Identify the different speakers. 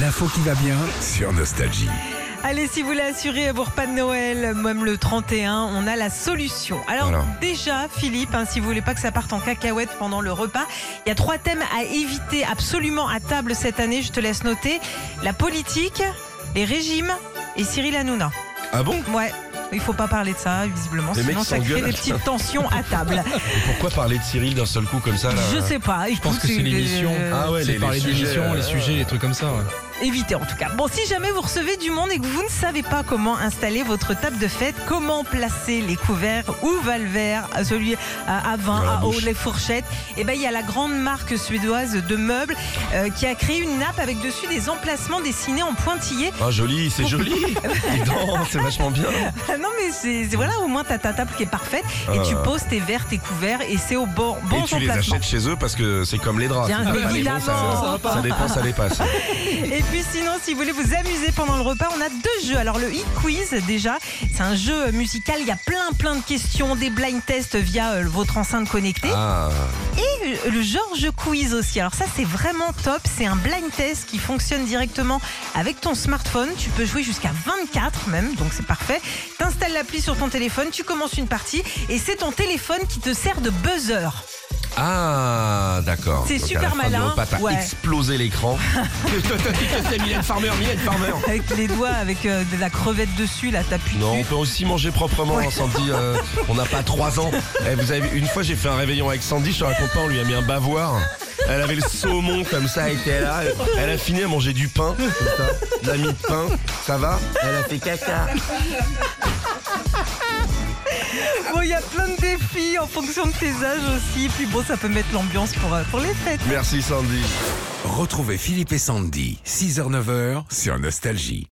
Speaker 1: L'info qui va bien sur Nostalgie.
Speaker 2: Allez, si vous voulez assurer vos repas de Noël, même le 31, on a la solution. Alors,
Speaker 1: Voilà.
Speaker 2: déjà, Philippe, hein, si vous voulez pas que ça parte en cacahuète pendant le repas, il y a trois thèmes à éviter absolument à table cette année. Je te laisse noter la politique, les régimes et Cyril Hanouna.
Speaker 1: Ah bon
Speaker 2: Ouais. Il faut pas parler de ça, visiblement,
Speaker 3: Les mecs
Speaker 2: sinon
Speaker 3: qui
Speaker 2: ça crée
Speaker 3: s'engueulent.
Speaker 2: des petites tensions à table.
Speaker 3: Pourquoi parler de Cyril d'un seul coup comme ça là
Speaker 2: Je sais pas.
Speaker 4: Je pense que c'est l'émission.
Speaker 2: euh,
Speaker 3: Ah ouais,
Speaker 4: c'est
Speaker 3: les-
Speaker 4: parler
Speaker 3: les
Speaker 4: d'émissions,
Speaker 3: sujets,
Speaker 4: les
Speaker 3: euh,
Speaker 4: sujets, les trucs comme ça. ouais.
Speaker 2: Évitez en tout cas. Bon, si jamais vous recevez du monde et que vous ne savez pas comment installer votre table de fête, comment placer les couverts, où va le verre, celui à à vin,
Speaker 3: Dans la
Speaker 2: à eau,
Speaker 3: bouche.
Speaker 2: les fourchettes, eh ben il y a la grande marque suédoise de meubles euh, qui a créé une nappe avec dessus des emplacements dessinés en pointillés.
Speaker 3: Ah joli,
Speaker 1: Oh,
Speaker 3: c'est joli Dis donc, c'est vachement bien
Speaker 2: Ah non mais c'est c'est- voilà, au moins t'as ta table qui est parfaite et
Speaker 3: Ah.
Speaker 2: tu poses tes verres, tes couverts et c'est au bon, bon
Speaker 3: Et tu les
Speaker 2: emplacement.
Speaker 3: achètes chez eux parce que c'est comme les draps.
Speaker 2: Bien
Speaker 3: Si t'as pas les bons,
Speaker 2: évidemment.
Speaker 3: ça, ça dépend, ça dépasse.
Speaker 2: Et puis sinon, si vous voulez vous amuser pendant le repas, on a deux jeux. Alors le e-quiz déjà, c'est un jeu musical, il y a plein plein de questions, des blind tests via euh, votre enceinte connectée.
Speaker 3: Ah,
Speaker 2: Et euh, le George Quiz aussi. Alors ça c'est vraiment top, c'est un blind test qui fonctionne directement avec ton smartphone. Tu peux jouer jusqu'à 24 même, donc c'est parfait. T'installes l'appli sur ton téléphone, tu commences une partie et c'est ton téléphone qui te sert de buzzer.
Speaker 3: ah d'accord.
Speaker 2: C'est
Speaker 3: Donc, à
Speaker 2: super
Speaker 3: la fin du
Speaker 2: malin.
Speaker 3: repas, t'as
Speaker 2: Ouais.
Speaker 3: explosé l'écran. Mylène Farmer, Mylène Farmer
Speaker 2: Avec les doigts, avec euh, de la crevette dessus, là t'appuies
Speaker 3: Non,
Speaker 2: dessus.
Speaker 3: on peut aussi manger proprement. hein, Sandy, euh, on n'a pas trois ans. Eh, vous avez, une fois, j'ai fait un réveillon avec Sandy. Je te raconte pas, on lui a mis un bavoir. Elle avait le saumon comme ça, elle était là. Elle a fini à manger du pain. comme ça. Elle a mis de pain. Ça va Elle a fait caca.
Speaker 2: Bon, il y a plein de défis en fonction de tes âges aussi. Puis bon, ça peut mettre l'ambiance pour, euh, pour les fêtes.
Speaker 3: Merci Sandy.
Speaker 1: Retrouvez Philippe et Sandy, 6h-9h sur Nostalgie.